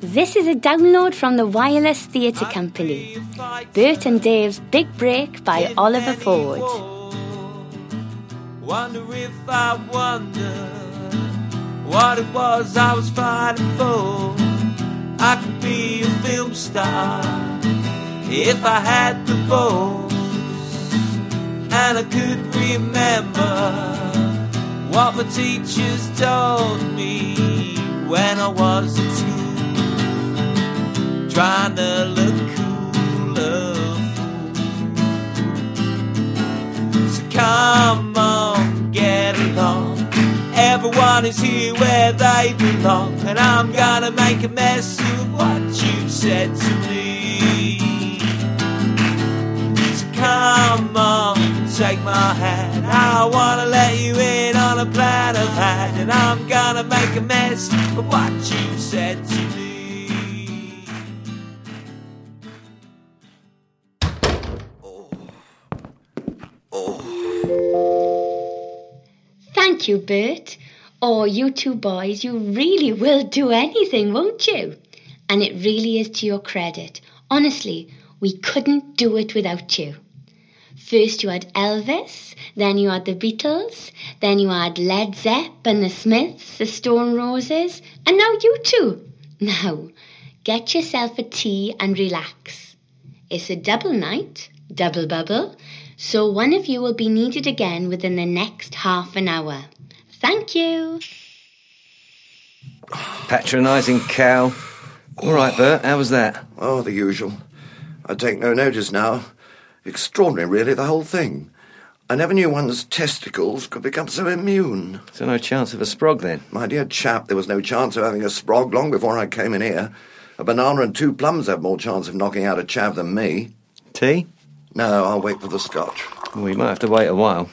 This is a download from the Wireless Theatre Company. Bert and Dave's Big Break by Oliver Ford. Wonder if I wonder what it was I was fighting for. I could be a film star if I had the balls, and I could remember what my teachers told me when I was a teen trying to look cool, a fool. So come on, get along. Everyone is here where they belong, and I'm gonna make a mess of what you said to me. So come on, take my hand. I wanna let you in on a plan of hand, and I'm gonna make a mess of what you said to me. Thank you, Bert. Oh, you two boys, you really will do anything, won't you? And it really is to your credit. Honestly, we couldn't do it without you. First, you had Elvis, then, you had the Beatles, then, you had Led Zepp and the Smiths, the Stone Roses, and now you two. Now, get yourself a tea and relax. It's a double night, double bubble, so one of you will be needed again within the next half an hour. Thank you. Patronising cow. All right, Bert, how was that? Oh, the usual. I take no notice now. Extraordinary, really, the whole thing. I never knew one's testicles could become so immune. So no chance of a sprog then. My dear chap, there was no chance of having a sprog long before I came in here. A banana and two plums have more chance of knocking out a chav than me. Tea? No, I'll wait for the scotch. Well, you might have to wait a while.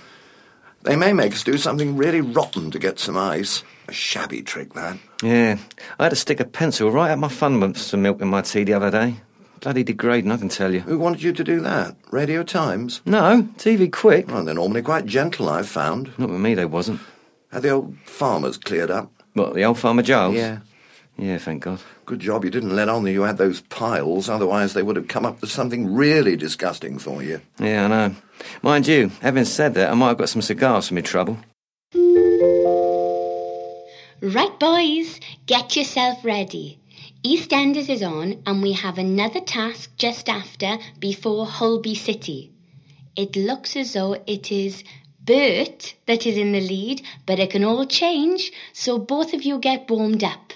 They may make us do something really rotten to get some ice. A shabby trick, that. Yeah, I had to stick a pencil right up my fun with some milk in my tea the other day. Bloody degrading, I can tell you. Who wanted you to do that? Radio Times? No, TV quick. Well, they're normally quite gentle, I've found. Not with me, they wasn't. Had the old farmers cleared up? What, the old farmer Giles? Yeah, thank God. Good job you didn't let on that you had those piles, otherwise they would have come up with something really disgusting for you. Yeah, I know. Mind you, having said that, I might have got some cigars for me trouble. Right, boys, get yourself ready. EastEnders is on, and we have another task just after before Holby City. It looks as though it is Bert that is in the lead, but it can all change, so both of you get warmed up.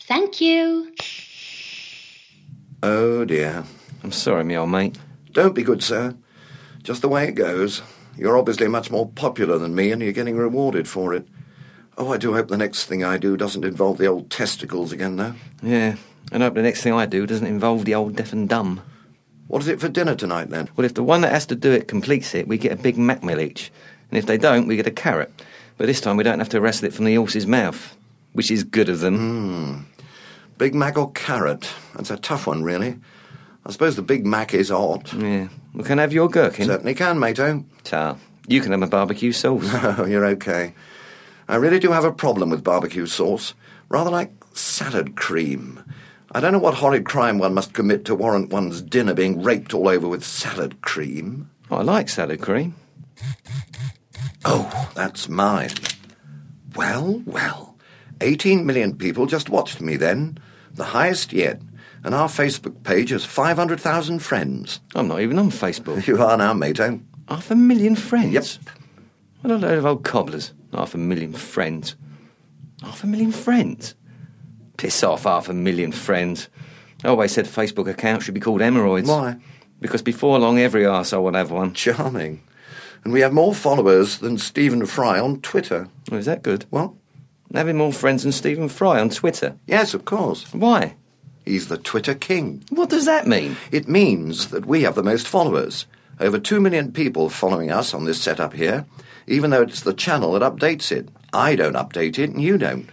Thank you. Oh dear. I'm sorry, me old mate. Don't be good, sir. Just the way it goes. You're obviously much more popular than me, and you're getting rewarded for it. Oh, I do hope the next thing I do doesn't involve the old testicles again, though. Yeah, and hope the next thing I do doesn't involve the old deaf and dumb. What is it for dinner tonight, then? Well, if the one that has to do it completes it, we get a Big Mac meal each. And if they don't, we get a carrot. But this time we don't have to wrestle it from the horse's mouth, which is good of them. Big Mac or carrot? That's a tough one, really. I suppose the Big Mac is hot. Yeah. We can have your gherkin. Certainly can, mato. Ta. You can have my barbecue sauce. Oh, you're okay. I really do have a problem with barbecue sauce, rather like salad cream. I don't know what horrid crime one must commit to warrant one's dinner being raped all over with salad cream. I like salad cream. Oh, that's mine. Well, well. 18 million people just watched me then, the highest yet, and our Facebook page has 500,000 friends. I'm not even on Facebook. You are now, mato. Half a million friends. Yep. What a load of old cobblers. Half a million friends. Half a million friends. Piss off, half a million friends. I always said Facebook accounts should be called hemorrhoids. Why? Because before long, every arsehole will have one. Charming. And we have more followers than Stephen Fry on Twitter. Oh, is that good? What? Having more friends than Stephen Fry on Twitter. Yes, of course. Why? He's the Twitter king. What does that mean? It means that we have the most followers. Over 2 million people following us on this setup here, even though it's the channel that updates it. I don't update it, and you don't.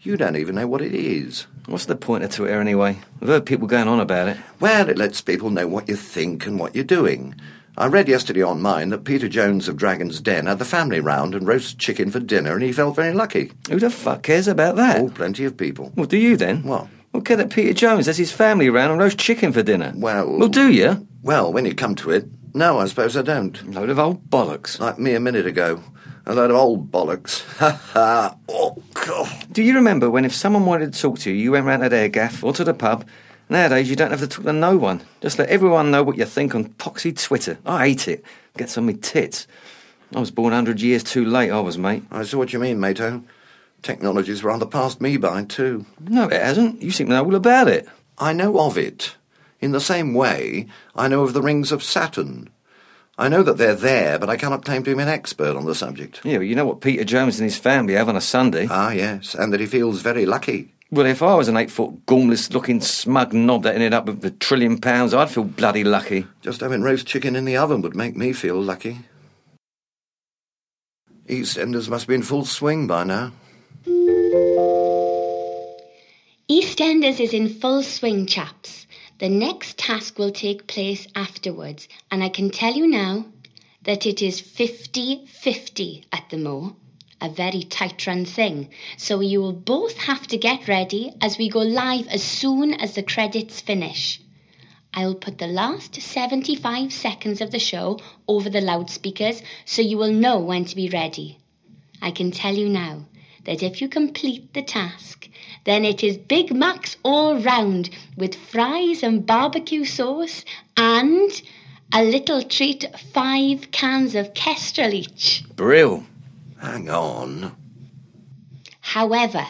You don't even know what it is. What's the point of Twitter anyway? I've heard people going on about it. Well, it lets people know what you think and what you're doing. I read yesterday on mine that Peter Jones of Dragon's Den had the family round and roast chicken for dinner, and he felt very lucky. Who the fuck cares about that? Oh, plenty of people. Well, do you then? What? Well, get that Peter Jones. That's his family round and roast chicken for dinner. Well- Well, do you? Well, when you come to it, no, I suppose I don't. Load of old bollocks. Like me a minute ago. A load of old bollocks. Ha ha. Oh, God. Do you remember when if someone wanted to talk to you, you went round to their gaff or to the pub? Nowadays, you don't have to talk to no one. Just let everyone know what you think on poxy Twitter. I hate it. Gets on me tits. I was born 100 years too late, I was, mate. I see what you mean, Mato. Technology's rather passed me by, too. No, it hasn't. You seem to know all about it. I know of it. In the same way, I know of the rings of Saturn. I know that they're there, but I cannot claim to be an expert on the subject. Yeah, well, you know what Peter Jones and his family have on a Sunday. Ah, yes, and that he feels very lucky. Well, if I was an eight foot, gormless looking, smug knob that ended up with a trillion pounds, I'd feel bloody lucky. Just having roast chicken in the oven would make me feel lucky. EastEnders must be in full swing by now. EastEnders is in full swing, chaps. The next task will take place afterwards, and I can tell you now that it is 50 50 at the Moor. A very tight run thing. So you will both have to get ready as we go live as soon as the credits finish. I'll put the last 75 seconds of the show over the loudspeakers so you will know when to be ready. I can tell you now that if you complete the task, then it is Big Macs all round with fries and barbecue sauce and a little treat five cans of Kestrel each. Brill. Hang on. However,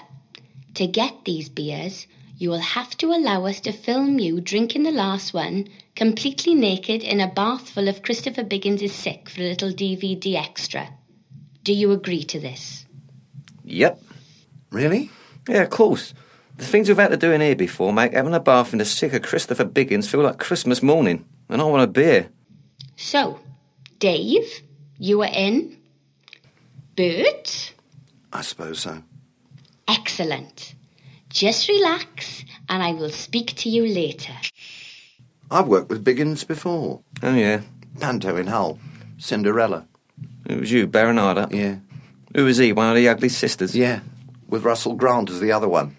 to get these beers, you will have to allow us to film you drinking the last one completely naked in a bath full of Christopher Biggins' sick for a little DVD extra. Do you agree to this? Yep. Really? Yeah, of course. The things we've had to do in here before make having a bath in the sick of Christopher Biggins feel like Christmas morning, and I want a beer. So, Dave, you are in. Bert, I suppose so. excellent. Just relax and I will speak to you later. I've worked with Biggins before. Oh, yeah. Panto in Hull. Cinderella. It was you, Baronada. Yeah. Who was he? One of the ugly sisters? Yeah. With Russell Grant as the other one.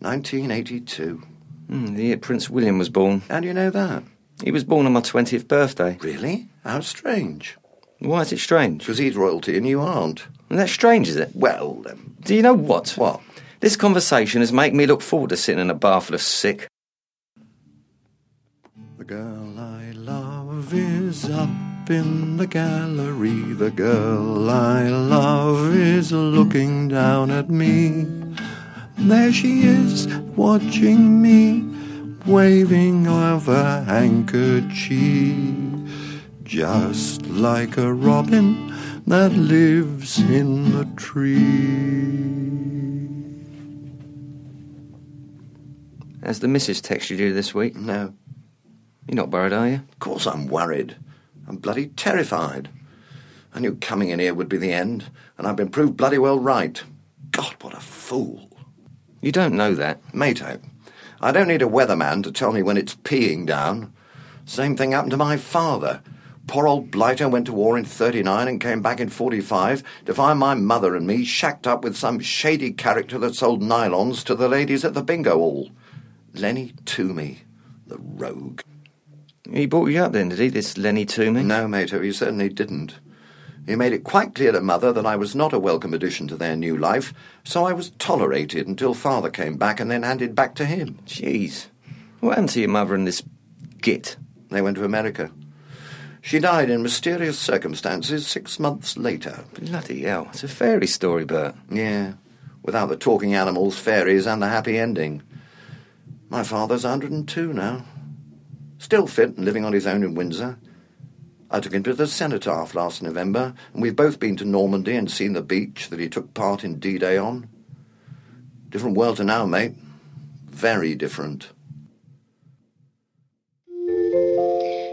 1982. Mm, the year Prince William was born. How do you know that? He was born on my 20th birthday. Really? How strange. Why is it strange? Because he's royalty and you aren't. Isn't that strange, is it? Well, um, Do you know what? What? This conversation has made me look forward to sitting in a bar full of sick. The girl I love is up in the gallery. The girl I love is looking down at me. There she is, watching me, waving of a handkerchief. Just like a robin that lives in the tree. Has the missus texted you this week? No, You're not worried, are you? Of course I'm worried. I'm bloody terrified. I knew coming in here would be the end, and I've been proved bloody well right. God, what a fool. You don't know that. Mato, I don't need a weatherman to tell me when it's peeing down. Same thing happened to my father. Poor old Blighter went to war in 39 and came back in 45 to find my mother and me shacked up with some shady character that sold nylons to the ladies at the bingo hall. Lenny Toomey, the rogue. He brought you up then, did he? This Lenny Toomey? No, Mato, he certainly didn't. He made it quite clear to Mother that I was not a welcome addition to their new life, so I was tolerated until Father came back and then handed back to him. Jeez. What happened to your mother and this git? They went to America. She died in mysterious circumstances six months later. Bloody hell. It's a fairy story, Bert. Yeah, without the talking animals, fairies, and the happy ending. My father's 102 now. Still fit and living on his own in Windsor. I took him to the cenotaph last November, and we've both been to Normandy and seen the beach that he took part in D Day on. Different world to now, mate. Very different.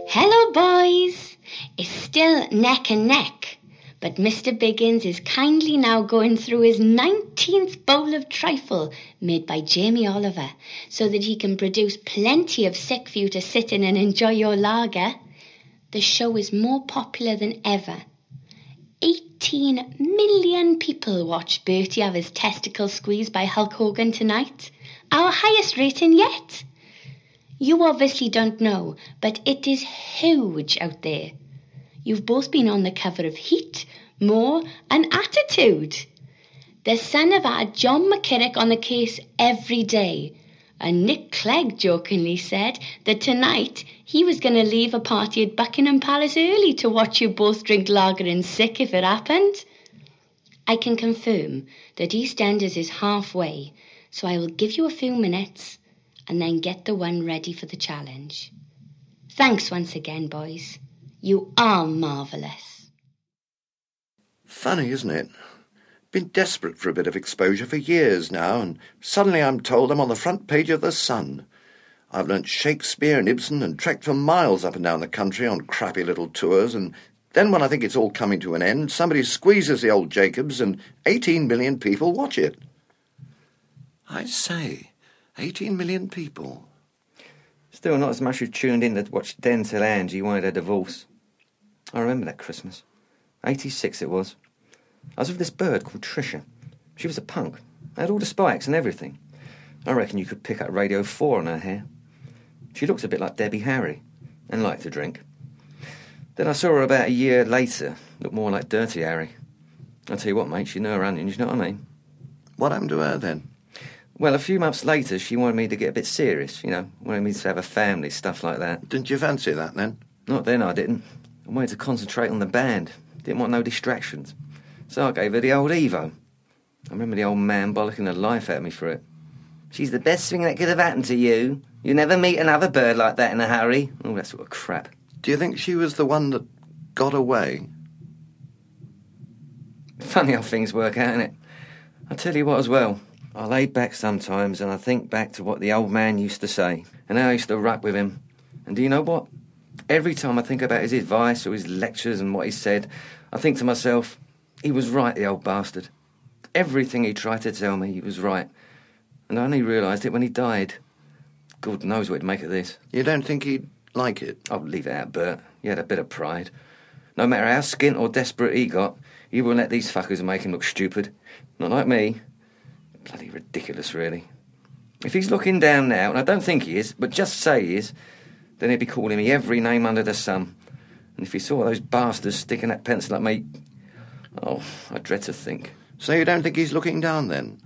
Hello, boys! It's still neck and neck, but Mr. Biggins is kindly now going through his 19th bowl of trifle made by Jamie Oliver so that he can produce plenty of sick for you to sit in and enjoy your lager. The show is more popular than ever. 18 million people watched Bertie have his testicles squeezed by Hulk Hogan tonight. Our highest rating yet. You obviously don't know, but it is huge out there. You've both been on the cover of Heat, More, and Attitude. The son of our John McKinnock on the case every day. And Nick Clegg jokingly said that tonight he was going to leave a party at Buckingham Palace early to watch you both drink lager and sick if it happened. I can confirm that EastEnders is halfway, so I will give you a few minutes and then get the one ready for the challenge. Thanks once again, boys. You are marvellous. Funny, isn't it? Been desperate for a bit of exposure for years now, and suddenly I'm told I'm on the front page of The Sun. I've learnt Shakespeare and Ibsen and trekked for miles up and down the country on crappy little tours, and then when I think it's all coming to an end, somebody squeezes the old Jacobs and 18 million people watch it. I say, 18 million people. Still not as much who tuned in to watch Denzel Angie wanted a divorce. I remember that Christmas. 86 it was. I was with this bird called Tricia. She was a punk. Had all the spikes and everything. I reckon you could pick up Radio 4 on her hair. She looked a bit like Debbie Harry and liked to drink. Then I saw her about a year later, looked more like Dirty Harry. I tell you what, mate, she knew her onions, you know what I mean? What happened to her then? Well, a few months later, she wanted me to get a bit serious, you know, wanted me to have a family, stuff like that. Didn't you fancy that then? Not then, I didn't. I wanted to concentrate on the band. Didn't want no distractions. So I gave her the old Evo. I remember the old man bollocking the life out of me for it. She's the best thing that could have happened to you. You never meet another bird like that in a hurry. All that sort of crap. Do you think she was the one that got away? Funny how things work out, innit? I tell you what, as well. I lay back sometimes and I think back to what the old man used to say and how I used to rap with him. And do you know what? Every time I think about his advice or his lectures and what he said, I think to myself, he was right, the old bastard. Everything he tried to tell me, he was right. And I only realised it when he died. God knows what he'd make of this. You don't think he'd like it? I'll leave it out, Bert. He had a bit of pride. No matter how skint or desperate he got, he wouldn't let these fuckers make him look stupid. Not like me. Bloody ridiculous, really. If he's looking down now, and I don't think he is, but just say he is, then he'd be calling me every name under the sun. And if he saw those bastards sticking that pencil at me, oh, I dread to think. So you don't think he's looking down then?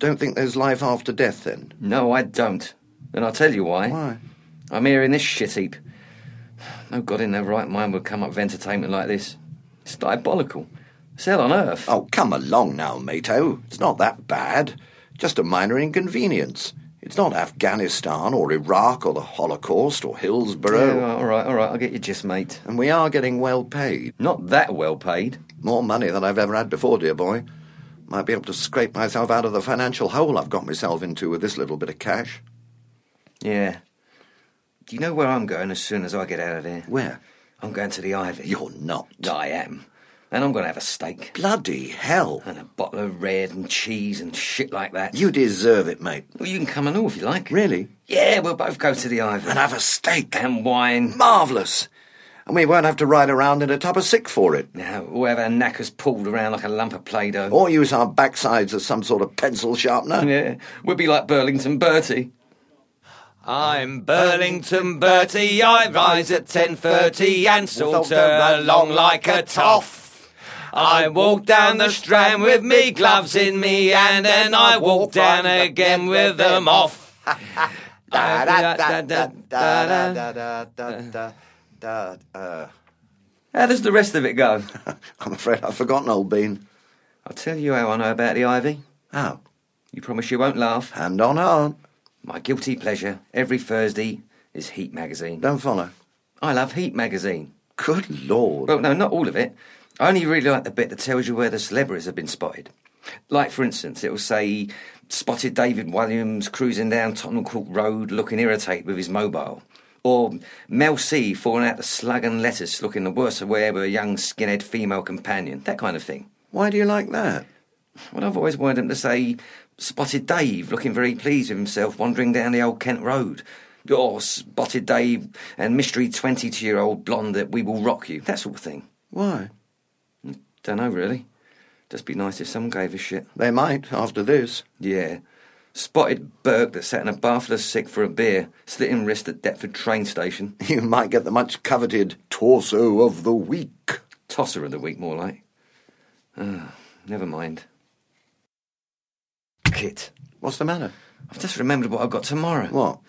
Don't think there's life after death then? No, I don't. And I'll tell you why. Why? I'm here in this shit heap. No god in their right mind would come up with entertainment like this. It's diabolical. It's hell on earth. Oh, come along now, Mato. It's not that bad. Just a minor inconvenience. It's not Afghanistan or Iraq or the Holocaust or Yeah, Hillsborough. all right, all right, I'll get you just, mate. And we are getting well paid. Not that well paid. More money than I've ever had before, dear boy. Might be able to scrape myself out of the financial hole I've got myself into with this little bit of cash. Yeah. Do you know where I'm going as soon as I get out of here? Where? I'm going to the Ivy. You're not. I am. And I'm going to have a steak. Bloody hell. And a bottle of red and cheese and shit like that. You deserve it, mate. Well, you can come along if you like. Really? Yeah, we'll both go to the Ivy. And have a steak. And wine. Marvellous. And we won't have to ride around in a tub of sick for it. Now, we'll have our knackers pulled around like a lump of Play-Doh. Or use our backsides as some sort of pencil sharpener. Yeah, we'll be like Burlington Bertie. I'm Burlington Bertie, I rise at 10.30 and saunter along like a toff. I walk down the strand with me gloves in me and then I walk down again with them off. Da, da, da, da, da, da, da, da, da, da, uh. How does the rest of it go? I'm afraid I've forgotten, old bean. I'll tell you how I know about the Ivy. Oh, You promise you won't laugh. hand on heart. My guilty pleasure every Thursday is Heat magazine. Don't follow. I love Heat magazine. Good lord. Well, no, not all of it. I only really like the bit that tells you where the celebrities have been spotted. Like, for instance, it'll say, spotted David Williams cruising down Tottenham Court Road looking irritated with his mobile. Or Mel C falling out the slug and lettuce looking the worse of wear with a young skinhead female companion. That kind of thing. Why do you like that? Well, I've always wanted them to say, Spotted Dave looking very pleased with himself wandering down the old Kent Road. Or Spotted Dave and mystery 22 year old blonde that we will rock you. That sort of thing. Why? Dunno, really. Just be nice if someone gave a shit. They might, after this. Yeah. Spotted Burke that sat in a bar full of sick for a beer, slit him wrist at Deptford train station. You might get the much coveted torso of the week. Tosser of the week, more like. Ah, never mind. Kit, What's the matter? I've just remembered what I've got tomorrow. What?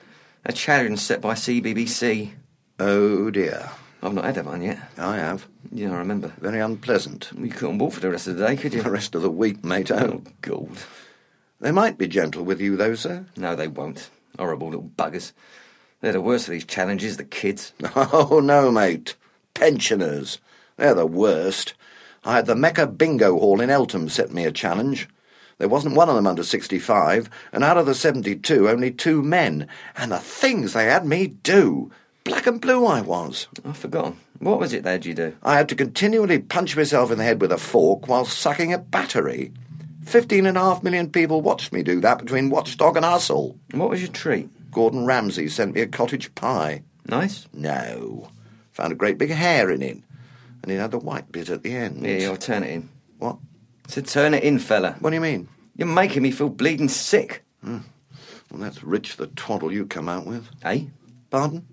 A challenge set by CBBC. Oh dear. I've not had that one yet. I have. Yeah, I remember. Very unpleasant. You couldn't walk for the rest of the day, could The you? rest of the week, mate. Oh. Oh, God. They might be gentle with you, though, sir. No, they won't. Horrible little buggers. They're the worst of these challenges, the kids. Oh, no, mate. Pensioners. They're the worst. I had the Mecca Bingo Hall in Eltham set me a challenge. There wasn't one of them under 65, and out of the 72, only two men. And the things they had me do. Black and blue I was. I've forgotten. What was it they had you do? I had to continually punch myself in the head with a fork while sucking a battery. Fifteen and a half million people watched me do that between Watchdog and Hustle. And What was your treat? Gordon Ramsay sent me a cottage pie. Nice? No. Found a great big hair in it. And it had the white bit at the end. Yeah, I'll turn it in. What? So turn it in, fella. What do you mean? You're making me feel bleeding sick. Well, that's rich, the twaddle you come out with. Eh? Pardon?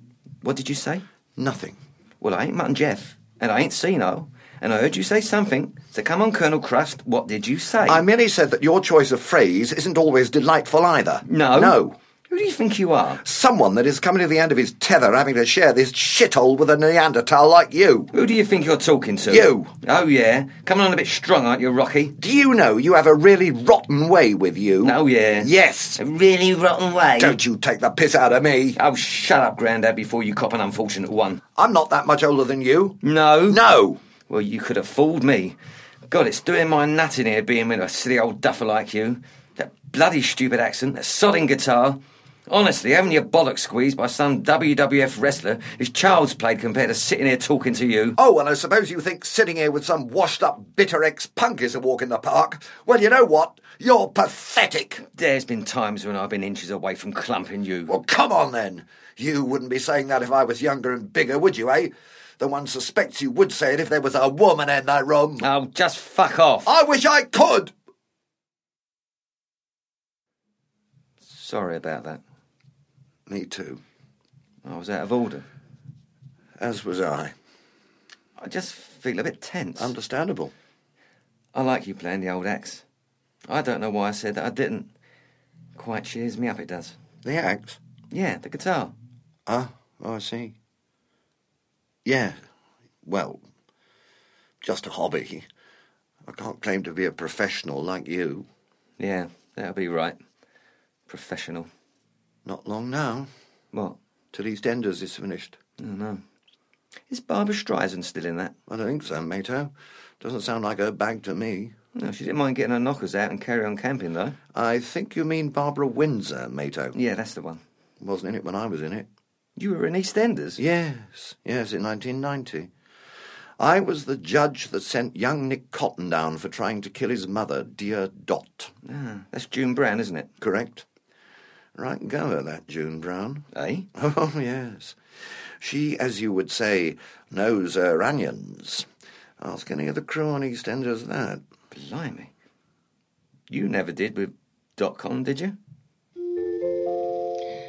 What did you say? Nothing. Well, I ain't Mutton Jeff, and I ain't Sino, and I heard you say something. So come on, Colonel Crust, what did you say? I merely said that your choice of phrase isn't always delightful either. No. No. Who do you think you are? Someone that is coming to the end of his tether having to share this shithole with a Neanderthal like you. Who do you think you're talking to? You. Oh, yeah. Coming on a bit strong, aren't you, Rocky? Do you know you have a really rotten way with you? Oh, yeah. Yes. A really rotten way. Don't you take the piss out of me. Oh, shut up, Grandad, before you cop an unfortunate one. I'm not that much older than you. No. No. Well, you could have fooled me. God, it's doing my nut in here being with a silly old duffer like you. That bloody stupid accent, that sodding guitar. Honestly, having your bollocks squeezed by some WWF wrestler is child's play compared to sitting here talking to you. Oh, well, I suppose you think sitting here with some washed up bitter ex punk is a walk in the park. Well, you know what? You're pathetic. There's been times when I've been inches away from clumping you. Well, come on then. You wouldn't be saying that if I was younger and bigger, would you, eh? The one suspects you would say it if there was a woman in the room. Oh, just fuck off. I wish I could. Sorry about that. Me too, I was out of order. as was I. I just feel a bit tense. Understandable. I like you playing the old axe. I don't know why I said that I didn't. Quite cheers me up, it does. The axe. Yeah, the guitar. Ah, oh, I see. Yeah, well, just a hobby. I can't claim to be a professional like you. Yeah, that'll be right. Professional. Not long now, What? till East Enders is finished. I don't know. Is Barbara Streisand still in that? I don't think so, Mato. Doesn't sound like her bag to me. No, she didn't mind getting her knockers out and carry on camping, though. I think you mean Barbara Windsor, Mato. Yeah, that's the one. Wasn't in it when I was in it. You were in EastEnders? Yes, yes, in 1990. I was the judge that sent young Nick Cotton down for trying to kill his mother, dear Dot. Ah, that's June Brown, isn't it? Correct? Right goer, that June Brown. Eh? Oh, yes. She, as you would say, knows her onions. Ask any of the crew on EastEnders that. Blimey. You never did with dot com, did you?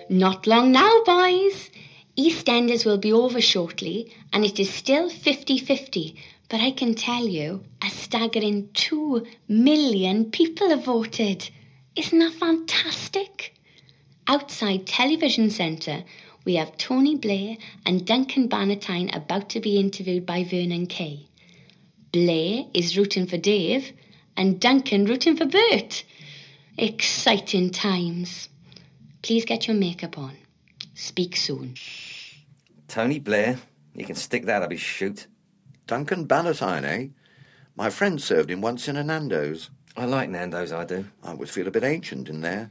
Not long now, boys. EastEnders will be over shortly, and it is still 50 50. But I can tell you, a staggering 2 million people have voted. Isn't that fantastic? Outside Television Centre, we have Tony Blair and Duncan Bannatyne about to be interviewed by Vernon Kay. Blair is rooting for Dave, and Duncan rooting for Bert. Exciting times. Please get your makeup on. Speak soon. Tony Blair. You can stick that up his chute. Duncan Bannatyne, eh? My friend served him once in a Nando's. I like Nando's, I do. I would feel a bit ancient in there.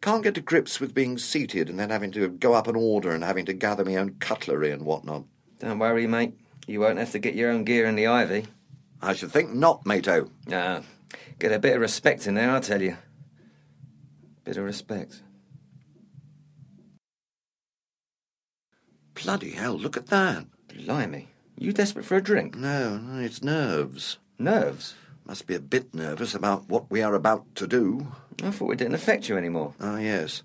Can't get to grips with being seated and then having to go up an order and having to gather my own cutlery and whatnot. Don't worry, mate. You won't have to get your own gear in the ivy. I should think not, Mato. Ah, get a bit of respect in there, I tell you. Bit of respect. Bloody hell, look at that. Blimey. You desperate for a drink? No, no, it's nerves. Nerves? Must be a bit nervous about what we are about to do. I thought it didn't affect you anymore. Ah, yes.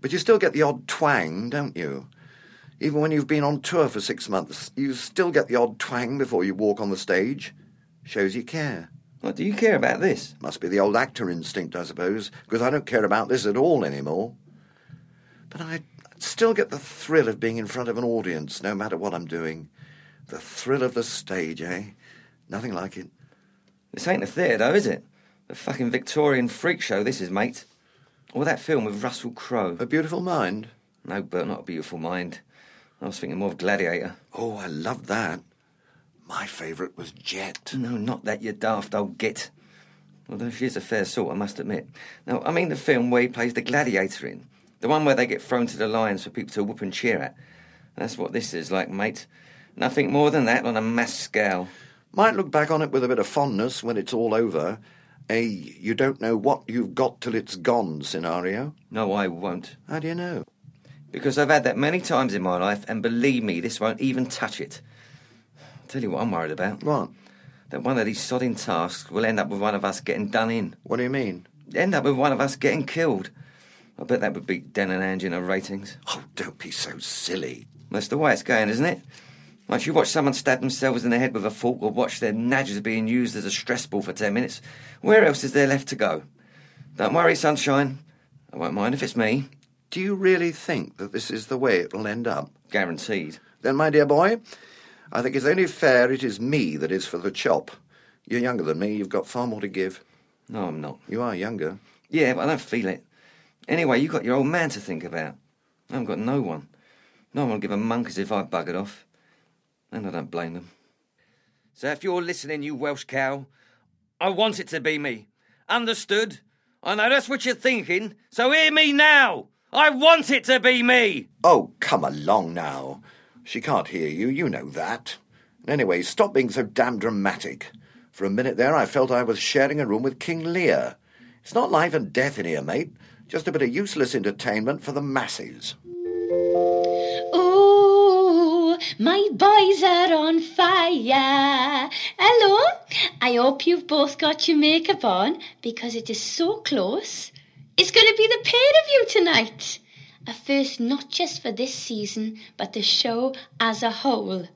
But you still get the odd twang, don't you? Even when you've been on tour for six months, you still get the odd twang before you walk on the stage. Shows you care. What do you care about this? Must be the old actor instinct, I suppose, because I don't care about this at all anymore. But I still get the thrill of being in front of an audience, no matter what I'm doing. The thrill of the stage, eh? Nothing like it. This ain't a theatre, though, is it? The fucking Victorian freak show this is, mate. Or that film with Russell Crowe. A beautiful mind. No, Bert, not a beautiful mind. I was thinking more of Gladiator. Oh, I loved that. My favourite was Jet. No, not that, you daft old git. Although she is a fair sort, I must admit. No, I mean the film where he plays the gladiator in. The one where they get thrown to the lions for people to whoop and cheer at. That's what this is like, mate. Nothing more than that on a mass scale. Might look back on it with a bit of fondness when it's all over. A you don't know what you've got till it's gone scenario. No, I won't. How do you know? Because I've had that many times in my life, and believe me, this won't even touch it. Tell you what I'm worried about. What? That one of these sodding tasks will end up with one of us getting done in. What do you mean? End up with one of us getting killed. I bet that would beat Den and Ange in our ratings. Oh, don't be so silly. That's the way it's going, isn't it? Once you watch someone stab themselves in the head with a fork or watch their nudges being used as a stress ball for 10 minutes, where else is there left to go? Don't worry, sunshine. I won't mind if it's me. Do you really think that this is the way it will end up? Guaranteed. Then, my dear boy, I think it's only fair it is me that is for the chop. You're younger than me, you've got far more to give. No, I'm not. You are younger. Yeah, but I don't feel it. Anyway, you got your old man to think about. I haven't got no one. No one will give a monk as if I buggered off. And I don't blame them. So if you're listening, you Welsh cow, I want it to be me. Understood? I know that's what you're thinking, so hear me now! I want it to be me! Oh, come along now. She can't hear you, you know that. And Anyway, stop being so damn dramatic. For a minute there, I felt I was sharing a room with King Lear. It's not life and death in here, mate. Just a bit of useless entertainment for the masses. Ooh, my boys are on fire. Hello. I hope you've both got your makeup on because it is so close. It's going to be the pair of you tonight. A first not just for this season, but the show as a whole.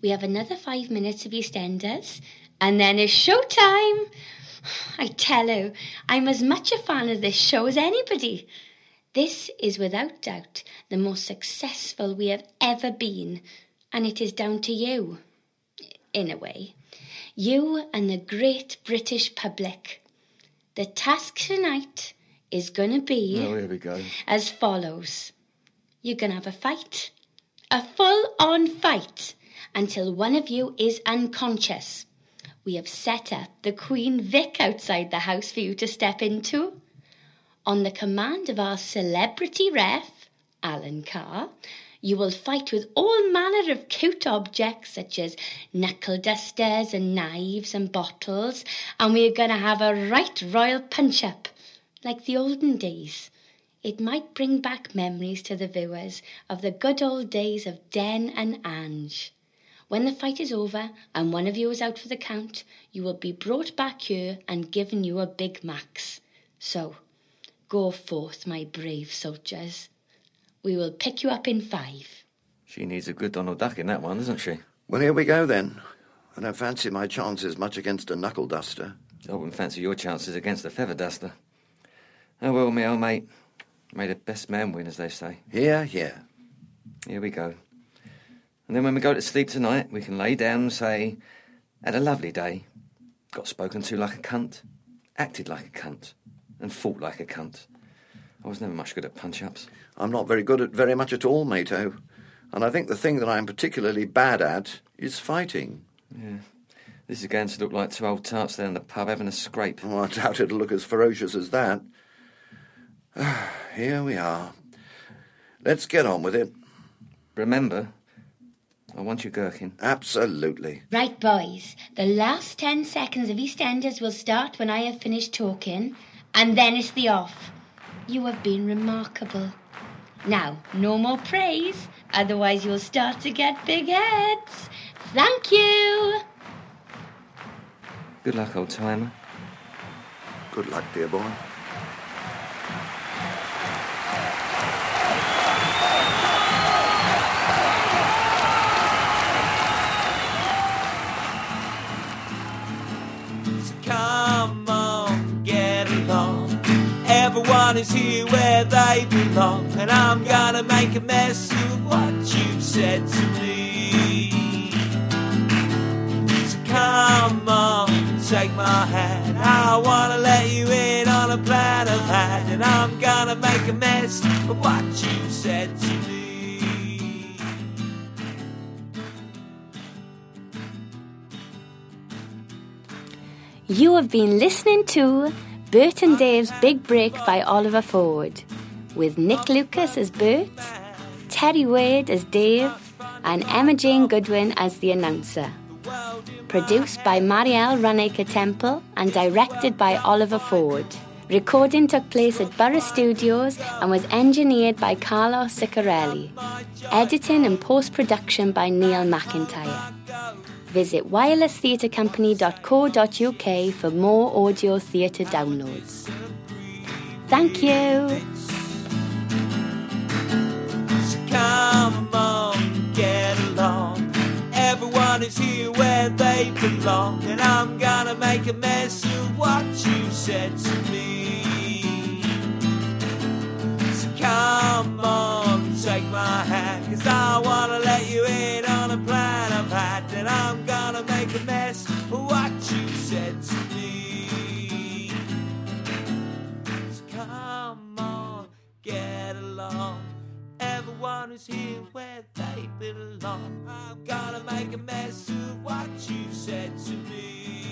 We have another five minutes of EastEnders, and then it's showtime. I tell you, I'm as much a fan of this show as anybody. This is without doubt the most successful we have ever been, and it is down to you, in a way. You and the great British public. The task tonight is going to be Oh, here we go. as follows You're going to have a fight, a full on fight, until one of you is unconscious. We have set up the Queen Vic outside the house for you to step into. On the command of our celebrity ref, Alan Carr, you will fight with all manner of cute objects such as knuckle dusters and knives and bottles, and we are going to have a right royal punch up, like the olden days. It might bring back memories to the viewers of the good old days of Den and Ange. When the fight is over and one of you is out for the count, you will be brought back here and given you a Big Max. So, go forth, my brave soldiers. We will pick you up in five. She needs a good Donald Duck in that one, doesn't she? Well, here we go then. I don't fancy my chances much against a knuckle duster. I wouldn't fancy your chances against a feather duster. Oh well, me old mate. May the best man win, as they say. Here, here. Here we go. And then when we go to sleep tonight, we can lay down and say, Had a lovely day. Got spoken to like a cunt. Acted like a cunt. And fought like a cunt. I was never much good at punch ups. I'm not very good at very much at all, mato. And I think the thing that I'm particularly bad at is fighting. This is going to look like two old tarts there in the pub having a scrape. Oh, I doubt it'll look as ferocious as that. here we are. Let's get on with it. Remember, I want your gherkin. Absolutely. Right, boys, the last ten seconds of EastEnders will start when I have finished talking, and then it's the off. You have been remarkable. Now, no more praise, otherwise, you'll start to get big heads. Thank you. Good luck, old timer. Good luck, dear boy. So come on, get along. Everyone is here where they belong, and I'm gonna make a mess of what you said to me. So come on, take my hand. I wanna let you in on a plan of hand, and I'm gonna make a mess of what you said to me. You have been listening to Bert and Dave's Big Break by Oliver Ford, with Nick Lucas as Bert, Terry Wade as Dave, and Emma Jane Goodwin as the announcer. Produced by Marielle Runacre Temple and directed by Oliver Ford. Recording took place at Borough Studios and was engineered by Carlo Ciccarelli. Editing and post production by Neil McIntyre. Visit wirelesstheatrecompany.co.uk for more audio theatre downloads. Thank you. So come on, get along. Everyone is here where they belong, and I'm gonna make a mess of what you said to me. So come on, take my hand, cause I wanna let you in on a plan I've had, and I'm gonna make a mess of what you said to me. So come on, get along. Everyone is here where they belong. I've gotta make a mess of what you said to me.